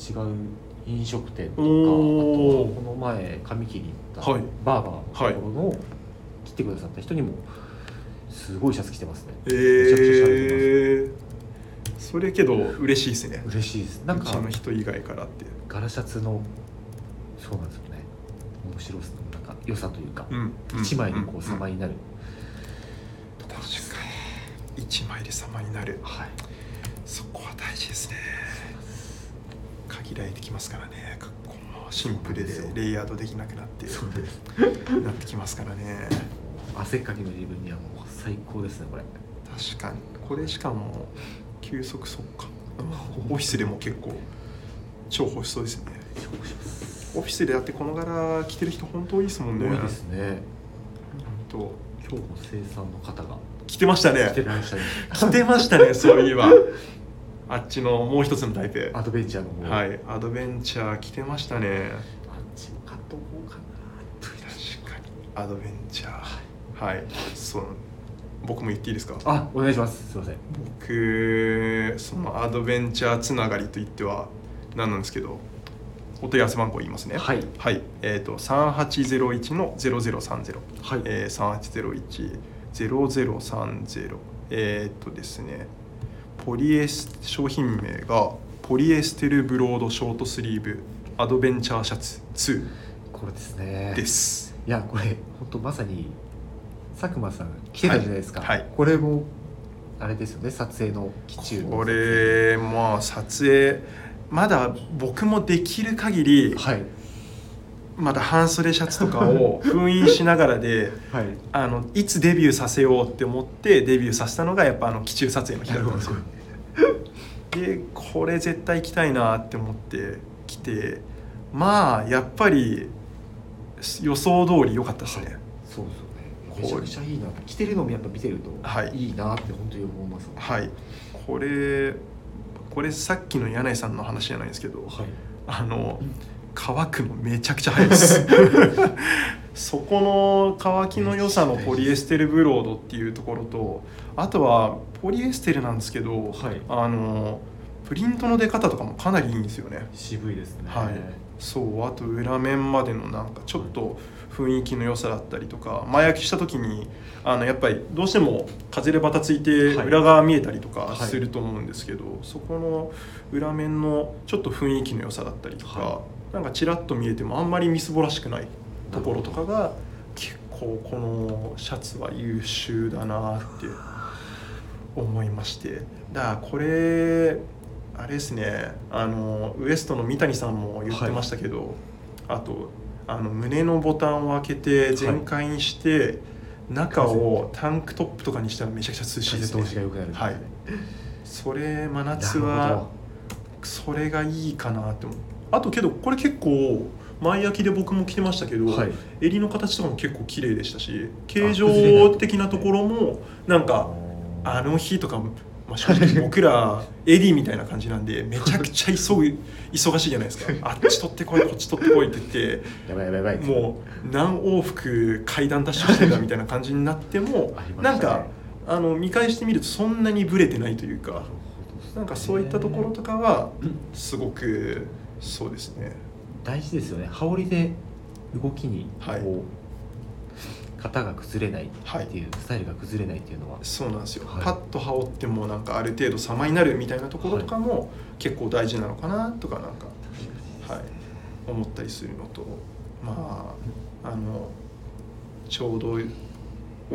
[SPEAKER 2] 違う飲食店とかあと
[SPEAKER 1] おー
[SPEAKER 2] はこの前髪切り行った
[SPEAKER 1] はい
[SPEAKER 2] バーバーのところの、来てくださった人にもすごいシャツ着てますね
[SPEAKER 1] え
[SPEAKER 2] ちゃくちゃ洒落
[SPEAKER 1] ー、それけど嬉しいですね
[SPEAKER 2] 嬉しいですな
[SPEAKER 1] なんんか
[SPEAKER 2] か
[SPEAKER 1] の人以外からって
[SPEAKER 2] ガラシャツのそうなんですよね面白さなんか良さというか
[SPEAKER 1] うんうん
[SPEAKER 2] 一枚にこう様
[SPEAKER 1] に
[SPEAKER 2] になる、
[SPEAKER 1] 確かに一枚で様になる
[SPEAKER 2] はい
[SPEAKER 1] そこは大事ですね限られてきますからね格好もシンプルで
[SPEAKER 2] そうなんですよ
[SPEAKER 1] レイヤードできなくなって
[SPEAKER 2] そうです
[SPEAKER 1] なってきますからね
[SPEAKER 2] 汗っかきの自分にはもう最高ですねこれ
[SPEAKER 1] 確かにこれしかも休息そっかオフィスでも結構重宝しそうですね
[SPEAKER 2] 重宝します
[SPEAKER 1] オフィスでだってこの柄着てる人本当多いですもんね
[SPEAKER 2] 多いですね
[SPEAKER 1] 本
[SPEAKER 2] 今日も生産の方が
[SPEAKER 1] 当着てました
[SPEAKER 2] 来て
[SPEAKER 1] ね
[SPEAKER 2] らっしゃる
[SPEAKER 1] 着てましたねそういえばあっちのもう一つの台北
[SPEAKER 2] アドベンチャーの方
[SPEAKER 1] は
[SPEAKER 2] あっ
[SPEAKER 1] いアドベンチャー着てましたね
[SPEAKER 2] ちも買っとこうかな
[SPEAKER 1] 確かにアドベンチャーはいそう僕も言っていいですか
[SPEAKER 2] あお願いしますすいません
[SPEAKER 1] 僕そのアドベンチャーつながりといっては何なんですけどお問い合わせ番号言いますね
[SPEAKER 2] はい
[SPEAKER 1] はいえっ、ー、と3801の0030
[SPEAKER 2] はい、
[SPEAKER 1] えー、3801-0030えーっとですねポリエス商品名がポリエステルブロードショートスリーブアドベンチャーシャツ
[SPEAKER 2] これですね
[SPEAKER 1] 2です
[SPEAKER 2] いやこれ本当まさに佐久間さん来てたじゃないですか、
[SPEAKER 1] はいはい
[SPEAKER 2] これもあれですよね撮影の機中の
[SPEAKER 1] これまあ撮影まだ僕もできる限り
[SPEAKER 2] はい
[SPEAKER 1] まだ半袖シャツとかを封印しながらで
[SPEAKER 2] はい
[SPEAKER 1] あのいつデビューさせようって思ってデビューさせたのがやっぱあの基中撮影の日だったんですよでこれ絶対着たいなって思って来てまあやっぱり予想通り良かったですね
[SPEAKER 2] そうですよね
[SPEAKER 1] こう
[SPEAKER 2] めちゃくちゃいいな着てるのもやっぱ見てると、
[SPEAKER 1] はい
[SPEAKER 2] いなって本当に思います
[SPEAKER 1] はい、これこれさっきの柳井さんの話じゃないんですけど
[SPEAKER 2] はい
[SPEAKER 1] あの乾くのめちゃくちゃ早いです そこの乾きの良さのポリエステルブロードっていうところとあとはポリエステルなんですけど、
[SPEAKER 2] はい
[SPEAKER 1] あのプリントの出方とかもかなりいいんですよね
[SPEAKER 2] 渋いですね
[SPEAKER 1] はいそうあと裏面までのなんかちょっと雰囲気の良さだったりとか前焼きした時にあのやっぱりどうしても風でバタついて
[SPEAKER 2] はい
[SPEAKER 1] 裏側見えたりとか
[SPEAKER 2] はい
[SPEAKER 1] すると思うんですけど、そこの裏面のちょっと雰囲気の良さだったりとか、
[SPEAKER 2] は
[SPEAKER 1] なんかちらっと見えてもあんまりみすぼらしくないところとかが結構このシャツは優秀だなって思いましてだからこれあれですねあのウエストの三谷さんも言ってましたけど、あとあの胸のボタンを開けて全開にして、中をタンクトップとかにしたらめちゃくちゃ涼しいで
[SPEAKER 2] 風
[SPEAKER 1] す
[SPEAKER 2] 通
[SPEAKER 1] ね
[SPEAKER 2] しが良くなるんですね
[SPEAKER 1] はいそれ真夏
[SPEAKER 2] なる
[SPEAKER 1] は
[SPEAKER 2] ほ
[SPEAKER 1] それがいいかなって思うあとけどこれ結構前焼きで僕も着てましたけど、
[SPEAKER 2] どはい
[SPEAKER 1] 襟の形とかも結構綺麗でしたし形
[SPEAKER 2] 崩れな
[SPEAKER 1] 状
[SPEAKER 2] い
[SPEAKER 1] 的なところもなんかあ
[SPEAKER 2] の
[SPEAKER 1] の日とか、まあ、正直僕らエディみたいな感じなんでめちゃくちゃ急ぐ忙しいじゃないですかあっち取ってこいこっち取ってこいって言っ
[SPEAKER 2] やばいやばいやばい
[SPEAKER 1] てもう何往復階段ダッシュしてたみたいな感じになっても
[SPEAKER 2] ありましたね
[SPEAKER 1] なんかあの見返してみるとそんなにブレてないというかなんかそういったところとかは
[SPEAKER 2] うん
[SPEAKER 1] すごくそうですね
[SPEAKER 2] 大事ですよね羽織で動きにこう、
[SPEAKER 1] はい
[SPEAKER 2] 型が崩れない
[SPEAKER 1] はい
[SPEAKER 2] っていう、スタイルが崩れないっていうのは
[SPEAKER 1] そうなんですよ、
[SPEAKER 2] はい
[SPEAKER 1] パッと羽織ってもなんかある程度様になるみたいなところとかも結構大事なのかなとかなんか、はい、思ったりするのとまああのちょうどオ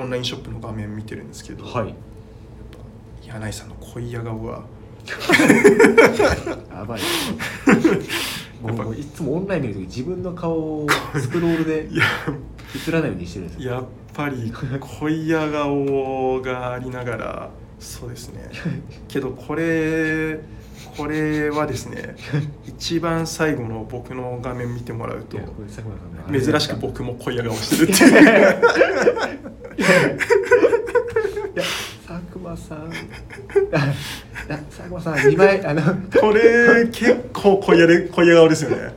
[SPEAKER 1] ンラインショップの画面見てるんですけど、
[SPEAKER 2] はい
[SPEAKER 1] 柳井さんの恋や顔が
[SPEAKER 2] やばい
[SPEAKER 1] やっぱ
[SPEAKER 2] もういつもオンライン見るとき自分の顔をスクロールで
[SPEAKER 1] いや
[SPEAKER 2] 映らないようにしてるんですよ
[SPEAKER 1] やっぱり恋や顔がありながらそうですねけどこれこれはですね一番最後の僕の画面見てもらうと
[SPEAKER 2] いやこれ佐久間さんのあれ
[SPEAKER 1] 珍しく僕も恋や顔してるっていう
[SPEAKER 2] いや佐久間さん あいや佐久間さん2枚あの
[SPEAKER 1] これ結構恋やで恋や顔ですよね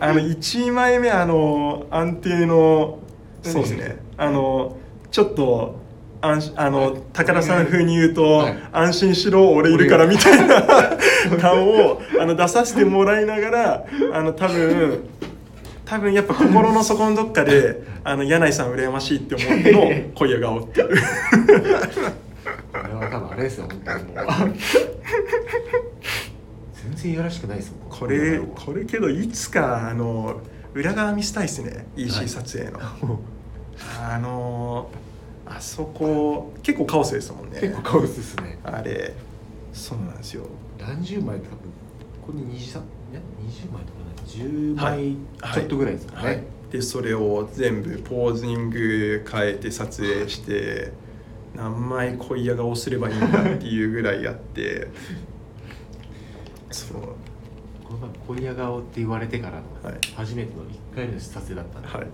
[SPEAKER 1] あの1枚目あの安定のそうですねあのちょっと安心あの高田さん風に言うと、
[SPEAKER 2] はい
[SPEAKER 1] 安心しろ俺いるからみたいな顔をあの出させてもらいながらあの多分多分やっぱ心の底のどっかであの柳井さん羨ましいって思っての恋や顔っていう
[SPEAKER 2] これは多分あれですよ本当にもう 全然いやらしくないですもん
[SPEAKER 1] これこれけどいつかあの裏側見せたいですね
[SPEAKER 2] は
[SPEAKER 1] EC
[SPEAKER 2] い
[SPEAKER 1] 撮影の、 あのーあそこ結構カオスですもんね
[SPEAKER 2] 結構カオスですね
[SPEAKER 1] あれそうなんですよ
[SPEAKER 2] 何十枚多分これで20さいや20枚とかない10枚
[SPEAKER 1] はい
[SPEAKER 2] ちょっとぐらいですかね、
[SPEAKER 1] はい、でそれを全部ポージング変えて撮影して何枚恋や顔すればいいんだっていうぐらいやって そう
[SPEAKER 2] この前「恋や顔」って言われてからの
[SPEAKER 1] はい
[SPEAKER 2] 初めての1回目の撮影だったんで、
[SPEAKER 1] はい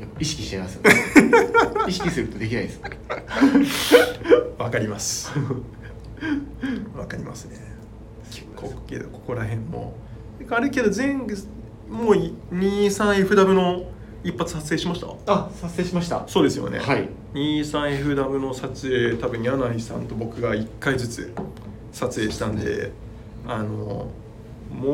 [SPEAKER 2] やっぱ意識しちゃい ますよね意識するとできないですね
[SPEAKER 1] わかりますわかりますね結構けどここら辺もあれけど前もう 23FW の一発撮影しました
[SPEAKER 2] あ撮影しました
[SPEAKER 1] そうですよね、
[SPEAKER 2] はい
[SPEAKER 1] 23FW の撮影多分柳井さんと僕が1回ずつ撮影したん
[SPEAKER 2] そうで
[SPEAKER 1] であのもう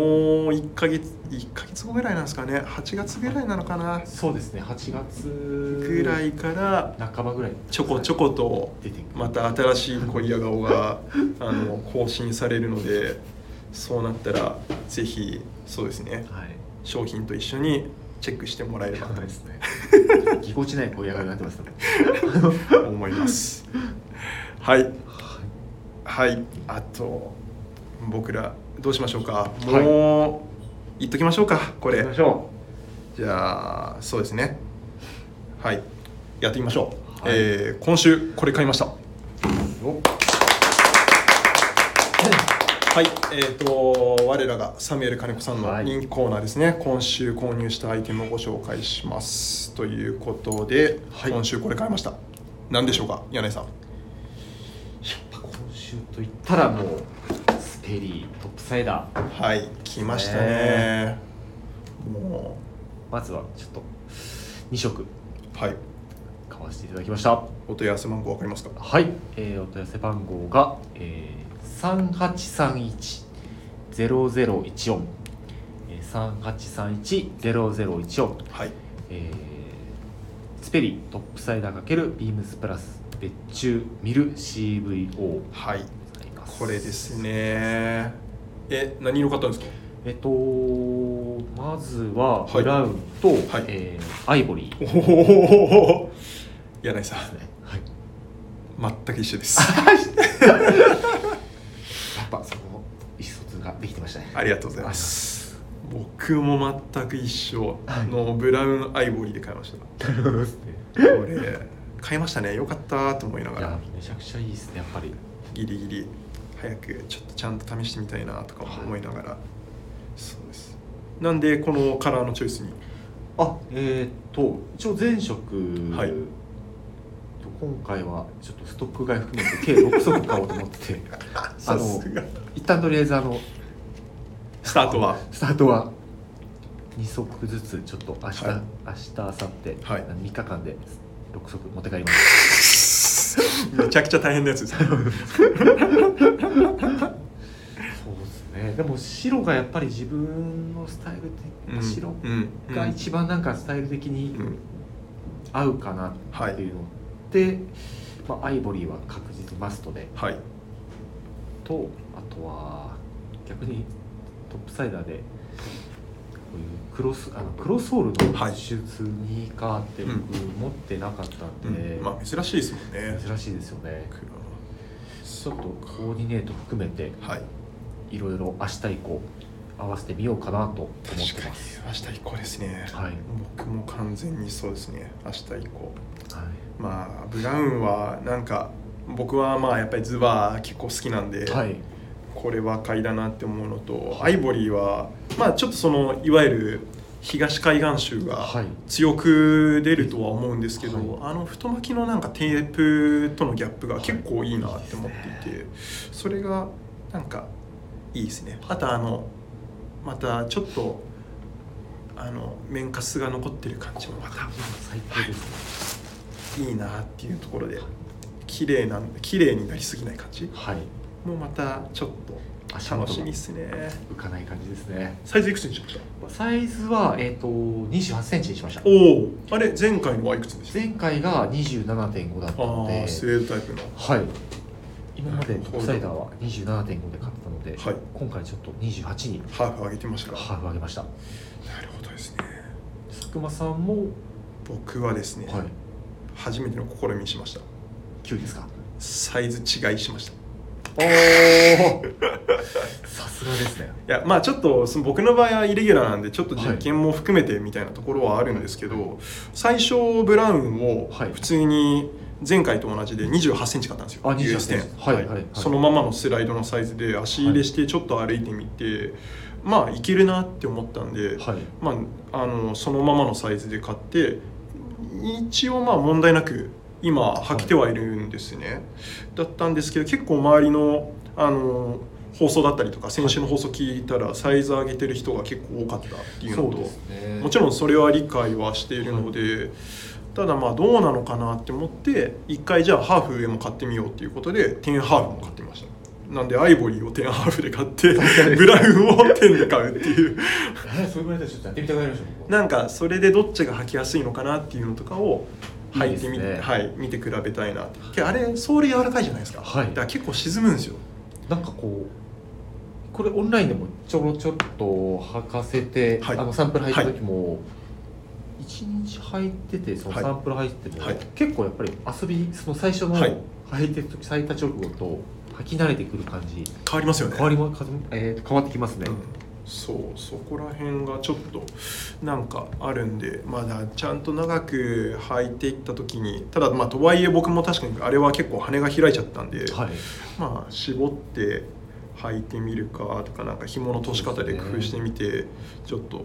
[SPEAKER 1] 1ヶ月1ヶ月後ぐらいなんですかね8月ぐらいなのかな
[SPEAKER 2] そうですね8月
[SPEAKER 1] ぐらいから
[SPEAKER 2] 半ばぐらい
[SPEAKER 1] ちょこちょこと
[SPEAKER 2] 出てくる
[SPEAKER 1] また新しい恋や顔が あの更新されるのでそうなったらぜひそうですね
[SPEAKER 2] はい
[SPEAKER 1] 商品と一緒にチェックしてもらえれば
[SPEAKER 2] そうです ねぎこちない恋や顔になって ますね
[SPEAKER 1] と思います。はいはいあと僕らどうしましょうかもう、
[SPEAKER 2] はい
[SPEAKER 1] 言っときましょうかこ
[SPEAKER 2] 行
[SPEAKER 1] れ
[SPEAKER 2] きましょ
[SPEAKER 1] じゃあそうですねはいやってみましょう、
[SPEAKER 2] はい
[SPEAKER 1] えー今週これ買いました
[SPEAKER 2] うお
[SPEAKER 1] はい、えー、と我らがサミュエル金子さんの
[SPEAKER 2] はい
[SPEAKER 1] 人気コーナーですね、今週購入したアイテムをご紹介しますということで、
[SPEAKER 2] はい
[SPEAKER 1] 今週これ買いました何でしょうか柳井さん
[SPEAKER 2] 今週といったらもうスペリートップサイダー
[SPEAKER 1] はい来ましたね、
[SPEAKER 2] ね
[SPEAKER 1] も
[SPEAKER 2] まずはちょっと2色
[SPEAKER 1] うはい
[SPEAKER 2] 買わせていただきました
[SPEAKER 1] お問い合わせ番号わかりますか
[SPEAKER 2] はい、えーお問い合わせ番号が、えー、3831-0014えー3831-0014、
[SPEAKER 1] はい
[SPEAKER 2] えースペリトップサイダー×ビームスプラス別注ミル CVO ご
[SPEAKER 1] はい
[SPEAKER 2] ざいます
[SPEAKER 1] これですねえ何色買ったんです か
[SPEAKER 2] えっとまずは
[SPEAKER 1] はい
[SPEAKER 2] ブラウンと、
[SPEAKER 1] はい
[SPEAKER 2] えーアイボリーで
[SPEAKER 1] おお柳井さん
[SPEAKER 2] すね、はい、
[SPEAKER 1] 全く一緒です
[SPEAKER 2] やっぱそこ意思疎通ができてましたね
[SPEAKER 1] ありがとうございます僕も全く一緒
[SPEAKER 2] はい
[SPEAKER 1] のブラウンアイボリーで買いました
[SPEAKER 2] なるほどですね
[SPEAKER 1] これ買いましたねよかったと思いないが
[SPEAKER 2] や
[SPEAKER 1] ら
[SPEAKER 2] めちゃくちゃいいですねやっぱり
[SPEAKER 1] ギリギリ早くちょっとちゃんと試してみたいなとか思いながら、そうですなんでこのカラーのチョイスに
[SPEAKER 2] あえーっと一応前職、
[SPEAKER 1] はい
[SPEAKER 2] 今回はちょっとストック買い含めて計6足買おうと思って てあ
[SPEAKER 1] さ
[SPEAKER 2] の
[SPEAKER 1] すが
[SPEAKER 2] 一旦とりあえずあの
[SPEAKER 1] スタートは
[SPEAKER 2] スタートは2足ずつちょっと明日、
[SPEAKER 1] はい
[SPEAKER 2] 明日明後日、
[SPEAKER 1] はい
[SPEAKER 2] 3日間で6足持って帰ります
[SPEAKER 1] めちゃくちゃ大変なやつです
[SPEAKER 2] そうですねでも白がやっぱり自分のスタイル的、
[SPEAKER 1] うん
[SPEAKER 2] 白
[SPEAKER 1] うんうん
[SPEAKER 2] が一番なんかスタイル的に
[SPEAKER 1] うん
[SPEAKER 2] 合うかな
[SPEAKER 1] はい
[SPEAKER 2] っていうので、まあ、アイボリーは確実にマストで
[SPEAKER 1] はい
[SPEAKER 2] とあとは逆にトップサイダーでこういうクロスあのクロスソールの
[SPEAKER 1] はい
[SPEAKER 2] 手術ニーカーって僕持ってなかったんで、
[SPEAKER 1] うんまあ珍しいですもんね
[SPEAKER 2] 珍しいですよねちょっとコーディネート含めて
[SPEAKER 1] はい
[SPEAKER 2] いろいろ明日以降合わせてみようかなと思って
[SPEAKER 1] 確か
[SPEAKER 2] ま
[SPEAKER 1] に
[SPEAKER 2] す
[SPEAKER 1] 明日以降ですね
[SPEAKER 2] はい、はい、
[SPEAKER 1] 僕も完全にそうですね明日以降まあブラウンはなんか僕はまあやっぱりズバー結構好きなんで、
[SPEAKER 2] はい、
[SPEAKER 1] これは買いだなって思うのとアイボリーはまあちょっとそのいわゆる東海岸州が
[SPEAKER 2] はい
[SPEAKER 1] 強く出るとは思うんですけど、
[SPEAKER 2] は
[SPEAKER 1] あの太巻きのなんかテープとのギャップが結構いいなって思っていて、それがなんかいいですねあとあのまたちょっとあの綿かすが残ってる感じもまた
[SPEAKER 2] 最高ですね
[SPEAKER 1] いいなっていうところで綺麗なん綺麗になりすぎない感じ
[SPEAKER 2] はい
[SPEAKER 1] もうまたちょっ
[SPEAKER 2] 足
[SPEAKER 1] と
[SPEAKER 2] 元が
[SPEAKER 1] 楽しみっすね
[SPEAKER 2] 浮かない感じですね
[SPEAKER 1] サイズいくつにしました
[SPEAKER 2] サイズは、えー、と28センチにしました
[SPEAKER 1] おおあれ前回のはいくつでした
[SPEAKER 2] 前回が27.5だった
[SPEAKER 1] あ
[SPEAKER 2] の
[SPEAKER 1] あ
[SPEAKER 2] で
[SPEAKER 1] ースウェードタイプの
[SPEAKER 2] はい今までトップサイダーは27.5で買ってたので、
[SPEAKER 1] はい
[SPEAKER 2] 今回ちょっと28に
[SPEAKER 1] ハーフ上げてましたか
[SPEAKER 2] ハーフ上げました
[SPEAKER 1] なるほどでですね
[SPEAKER 2] 佐久間さんも、
[SPEAKER 1] 僕はですね、
[SPEAKER 2] はい、
[SPEAKER 1] 初めての試みしました
[SPEAKER 2] 9ですか
[SPEAKER 1] サイズ違いしましたい
[SPEAKER 2] おお さすがですね
[SPEAKER 1] やまあちょっとその僕の場合はイレギュラーなんでちょっと実験も含めてみたいなところはあるんですけど、最初ブラウンを
[SPEAKER 2] はい
[SPEAKER 1] 普通に前回と同じで2 8センチ買ったんですよ
[SPEAKER 2] あ28
[SPEAKER 1] US
[SPEAKER 2] センチ
[SPEAKER 1] 10
[SPEAKER 2] はいはいはい
[SPEAKER 1] そのままのスライドのサイズで足入れしてちょっと歩いてみて、まあいけるなって思ったんで、
[SPEAKER 2] はい
[SPEAKER 1] まあ、あのそのままのサイズで買って一応まあ問題なく今履けてはいるんですね、だったんですけど結構周りのあの放送だったりとか先週の放送聞いたらサイズ上げてる人が結構多かったっていう
[SPEAKER 2] そ
[SPEAKER 1] の
[SPEAKER 2] う
[SPEAKER 1] と
[SPEAKER 2] ですね
[SPEAKER 1] もちろんそれは理解はしているので、ただまあどうなのかなって思って一回じゃあハーフ上も買ってみようっていうことで10ハーフも買ってみましたなんでアイボリーを10ハーフで買 ってブラウンを10で買うっていう
[SPEAKER 2] えーそう言われたらちょっとやってみたくなりました僕は
[SPEAKER 1] なんかそれでどっちが履きやすいのかなっていうのとかを履いてみ
[SPEAKER 2] いいですね
[SPEAKER 1] はい、見て比べたいなってけどあれソール柔らかいじゃないですか、
[SPEAKER 2] はい
[SPEAKER 1] だから結構沈むんですよ
[SPEAKER 2] なんかこうこれオンラインでもちょろちょっと履かせて、
[SPEAKER 1] はい
[SPEAKER 2] あのサンプル履いた時も、一日履いててその
[SPEAKER 1] はい
[SPEAKER 2] サンプル履いてても、
[SPEAKER 1] はい
[SPEAKER 2] 結構やっぱり遊びその最初の
[SPEAKER 1] はい
[SPEAKER 2] 履いてる時咲いた直後と履き慣れてくる感じ
[SPEAKER 1] 変わりますよね
[SPEAKER 2] 変わりも変わりえー変わってきますね、
[SPEAKER 1] うんそうそこら辺がちょっとなんかあるんでまだちゃんと長く履いていった時にただまあとはいえ僕も確かにあれは結構羽が開いちゃったんで、
[SPEAKER 2] はい
[SPEAKER 1] まあ絞って履いてみるかとかなんか紐の通し方で工夫してみて、ちょっと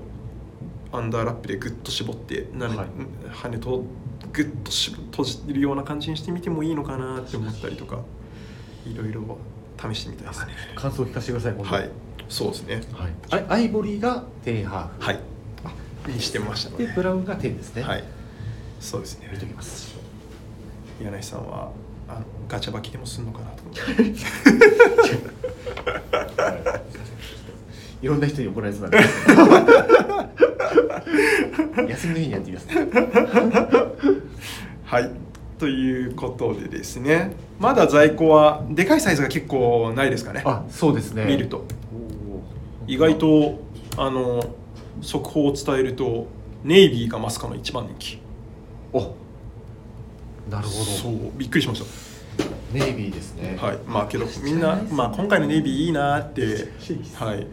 [SPEAKER 1] アンダーラップでグッと絞ってなね
[SPEAKER 2] はい
[SPEAKER 1] 羽とグッとし閉じるような感じにしてみてもいいのかなって思ったりとかいろいろ試してみたいですね。
[SPEAKER 2] 感想を聞かせてください今度
[SPEAKER 1] はい、そうですね。
[SPEAKER 2] はい、あれアイボリーが10ハーフ、
[SPEAKER 1] はい、にしてましたの
[SPEAKER 2] で
[SPEAKER 1] で、
[SPEAKER 2] ブラウンが10ですね、
[SPEAKER 1] はい、そうですね
[SPEAKER 2] 見。ときます
[SPEAKER 1] 柳井さんはあのガチャ履きでもすんのかなと思って。
[SPEAKER 2] いろんな人に怒られそうなん で休みの日にやってみます
[SPEAKER 1] はいということでですねまだ在庫はでかいサイズが結構ないですかね
[SPEAKER 2] あそうですね
[SPEAKER 1] 見ると
[SPEAKER 2] おー
[SPEAKER 1] 意外とあの速報を伝えるとネイビーがマスカの一番人気
[SPEAKER 2] おなる
[SPEAKER 1] そ
[SPEAKER 2] ほど
[SPEAKER 1] うびっくりしまし
[SPEAKER 2] ネイビーですね
[SPEAKER 1] たはいまあけど
[SPEAKER 2] 知らない
[SPEAKER 1] みんな、
[SPEAKER 2] ですね
[SPEAKER 1] まあ、今回のネイビーいいなーって
[SPEAKER 2] 知らないです
[SPEAKER 1] はい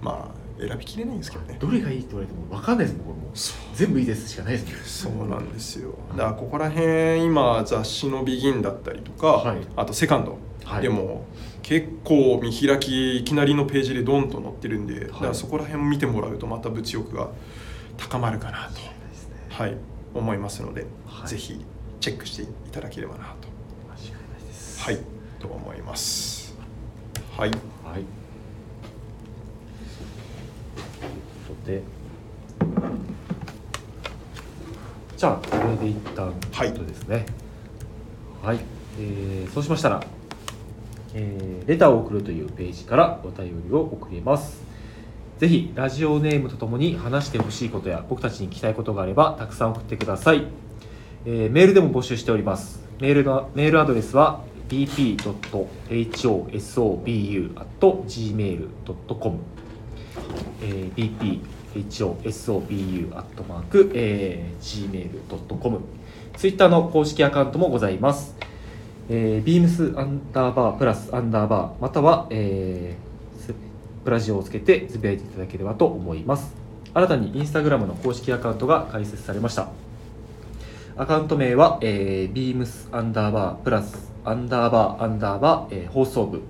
[SPEAKER 1] まあ選びきれないんですけどね
[SPEAKER 2] どれがいいって言われても分かんないですもん僕も
[SPEAKER 1] そう
[SPEAKER 2] 全部いいですしかないですね
[SPEAKER 1] そうなんですよだからここら辺今雑誌の「ビギンだったりとか、
[SPEAKER 2] はい
[SPEAKER 1] あと「セカンド、
[SPEAKER 2] はい
[SPEAKER 1] でも結構見開きいきなりのページでドンと載ってるんで、だからそこら辺見てもらうとまた物欲が高まるかなと、
[SPEAKER 2] ですね
[SPEAKER 1] はい、思いますので、
[SPEAKER 2] はい
[SPEAKER 1] ぜひチェックしていただければなと,、
[SPEAKER 2] 間違いないです
[SPEAKER 1] はい、と思います。はい、
[SPEAKER 2] はい。ということで、じゃあこれで一旦
[SPEAKER 1] はい
[SPEAKER 2] とですね。はい。えーそうしましたら、えーレターを送るというページからお便りを送ります。ぜひラジオネームとともに話してほしいことや僕たちに聞きたいことがあればたくさん送ってください。えーメールでも募集しておりますメールのメールアドレスは bp.hosobu.gmail.com、えー、bp.hosobu.gmail.com、えー gmail.com ツイッターの公式アカウントもございます、えー、beams アンダーバープラスアンダーバーまたは、えーすプラジオをつけてつぶやいていただければと思います新たにインスタグラムの公式アカウントが開設されましたアカウント名は、えー、beams アンダーバープラスアンダーバーアンダーバー、えー放送部、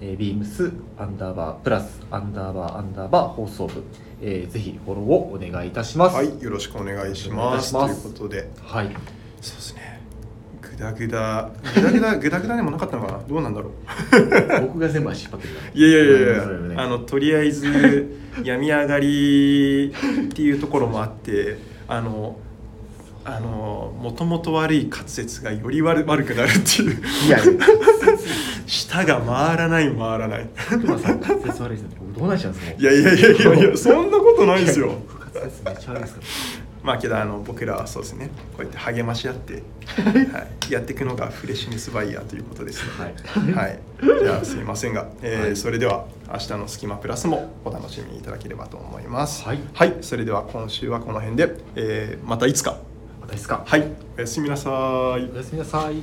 [SPEAKER 2] えー、beams アンダーバープラスアンダーバーアンダーバー放送部、えーぜひフォローをお願いいたします
[SPEAKER 1] はい、よろしくお願いします
[SPEAKER 2] お願い
[SPEAKER 1] と
[SPEAKER 2] しま
[SPEAKER 1] い
[SPEAKER 2] す
[SPEAKER 1] うことで
[SPEAKER 2] はい、
[SPEAKER 1] そうですねグダグダグダグダグダグダでもなかったのかなどうなんだろう
[SPEAKER 2] 僕が全部足引っ張ってるから
[SPEAKER 1] いやいやいやい
[SPEAKER 2] まあそれはね
[SPEAKER 1] や、あのとりあえず病み上がりっていうところもあってあのあのもともと悪い滑舌がより悪悪くなるっていう
[SPEAKER 2] いやいや
[SPEAKER 1] 舌が回らない回らない
[SPEAKER 2] 佐久間さん滑舌悪いですね僕どうなっちゃうんですかもう
[SPEAKER 1] いやいやいやいやいやそんなことないですよ
[SPEAKER 2] 滑舌めっちゃ悪いですか
[SPEAKER 1] まあけどあの僕らはそうですねこうやって励まし合 って、はい、やっていくのがフレッシュネスバイヤーということですので、
[SPEAKER 2] はい
[SPEAKER 1] はい、じゃあすいませんが、えー
[SPEAKER 2] はい
[SPEAKER 1] それでは明日の「スキマプラス」もお楽しみいただければと思います。
[SPEAKER 2] はい
[SPEAKER 1] それでは今週はこの辺で、えーまたいつか
[SPEAKER 2] またですか
[SPEAKER 1] はいおやすみなさい。
[SPEAKER 2] おやすみなさい